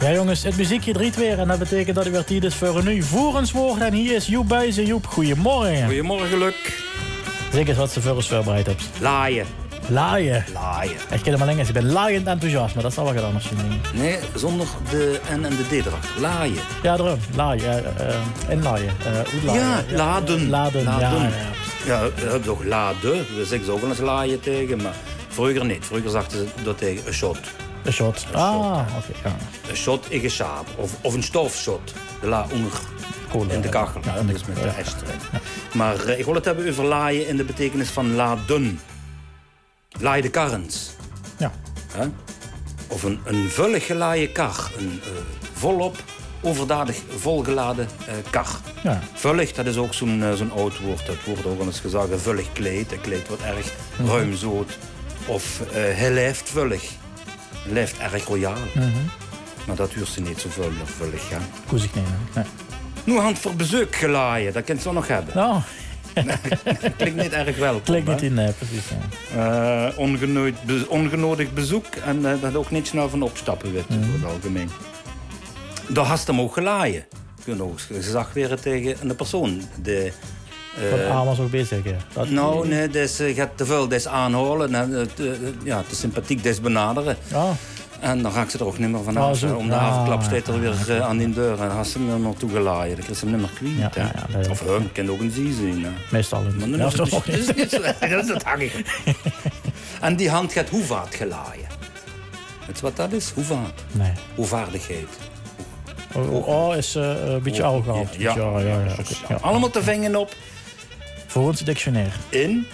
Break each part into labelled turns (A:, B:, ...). A: Ja jongens, het muziekje driet weer en dat betekent dat het weer tijd is voor een nieuw voerenswoord. En hier is Joep Buizen. Joep, goedemorgen.
B: Goedemorgen, Luc.
A: Zeg eens wat ze voor ons voorbereid hebt.
B: Laaien.
A: Laaien.
B: Laaien.
A: Ik ken hem alleen eens. Ik ben laaiend enthousiast, maar dat zal wel wat anders zijn.
B: Nee, zonder de N en de D erachter. Laaien.
A: Ja, daarom. Laaien. eh, eh, en laaien. Eh, hoe laaien.
B: Ja, laden.
A: Laden, ja,
B: Laden.
A: ja.
B: Ja, we hebben toch laden. We zeggen ze ook wel eens laaien tegen, maar vroeger niet. Vroeger zagen ze dat tegen een shot.
A: Een shot. Ah, oké. ja.
B: Een shot in een saap. Of, of een stofshot. De la onder.
A: Cool,
B: in de
A: ja.
B: kachel.
A: Ja,
B: Ja,
A: in de
B: niks met
A: kachel,
B: de S erin. Maar eh, ik wil het hebben over laaien in de betekenis van laden. Laai de karrens.
A: Ja.
B: Hè? Of een, een vullig gelaaien kar. Een eh, volop, overdadig volgeladen eh, kar.
A: Ja.
B: Vullig, dat is ook zo'n eh, zo'n oud woord. Dat wordt ook wel eens gezegd. Een vullig kleed. Een kleed wat erg
A: Mhm.
B: ruimzoot. Of eh hij lijft vullig. Hij lijft erg royaal.
A: Mhm.
B: Maar dat duurt ze niet zo vul- vullig. Ja.
A: Koes ik nemen. Ja.
B: Nu hand voor bezoek gelaaien. Dat kan ze nog hebben.
A: Nou,
B: Klinkt niet erg wel.
A: klinkt niet in. eh, precies. ja.
B: Eh, ongenooid be- ongenodigd bezoek en eh, dat ook niet snel van opstappen werd over het algemeen. Daar had hem ook gelaaien. Kun ook gezag weer tegen een persoon. De, eh,
A: Van A was ook bezig. ja. Dat-
B: nou, nee, dus, eh, gaat te veel des aanholen en eh, te- ja, te sympathiek des benaderen.
A: Ja.
B: En dan ga ik ze er ook niet meer van
A: Oh,
B: af.
A: zo.
B: hè. Om de
A: Ah,
B: avondklap steekt er weer eh, aan die deur en had ze hem er naartoe gelaaien. Dan kreeg ze hem niet meer kwijt.
A: Ja,
B: hè.
A: ja, ja, dat is-
B: of hem, kan ook een zie zien. hè.
A: Meestal. niet.
B: Maar dan
A: Ja,
B: is het
A: toch?
B: dus- dus- dus- dat is het hangen. en die hand gaat hoevaart gelaaien. Weet je wat dat is? Hoevaart.
A: Nee.
B: Hoevaardigheid.
A: O, o is eh, een beetje oud gehaald.
B: Oh, Ja,
A: ja, ja, ja, oké, ja.
B: Allemaal te vingen op
A: Voor ons dictionair.
B: in...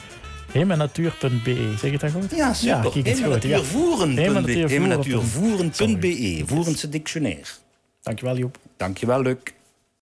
A: Hemenatuur.be. E. Zeg ik dat goed?
B: Ja, super.
A: Ja, kijk, het goed. Ja.
B: Hemelnatuurvoeren.be.
A: E. Hemelnatuurvoeren.be.
B: Hemelnatuurvoeren.be. Voerendse E, dictionair.
A: Dankjewel Joep.
B: Dankjewel, Luc.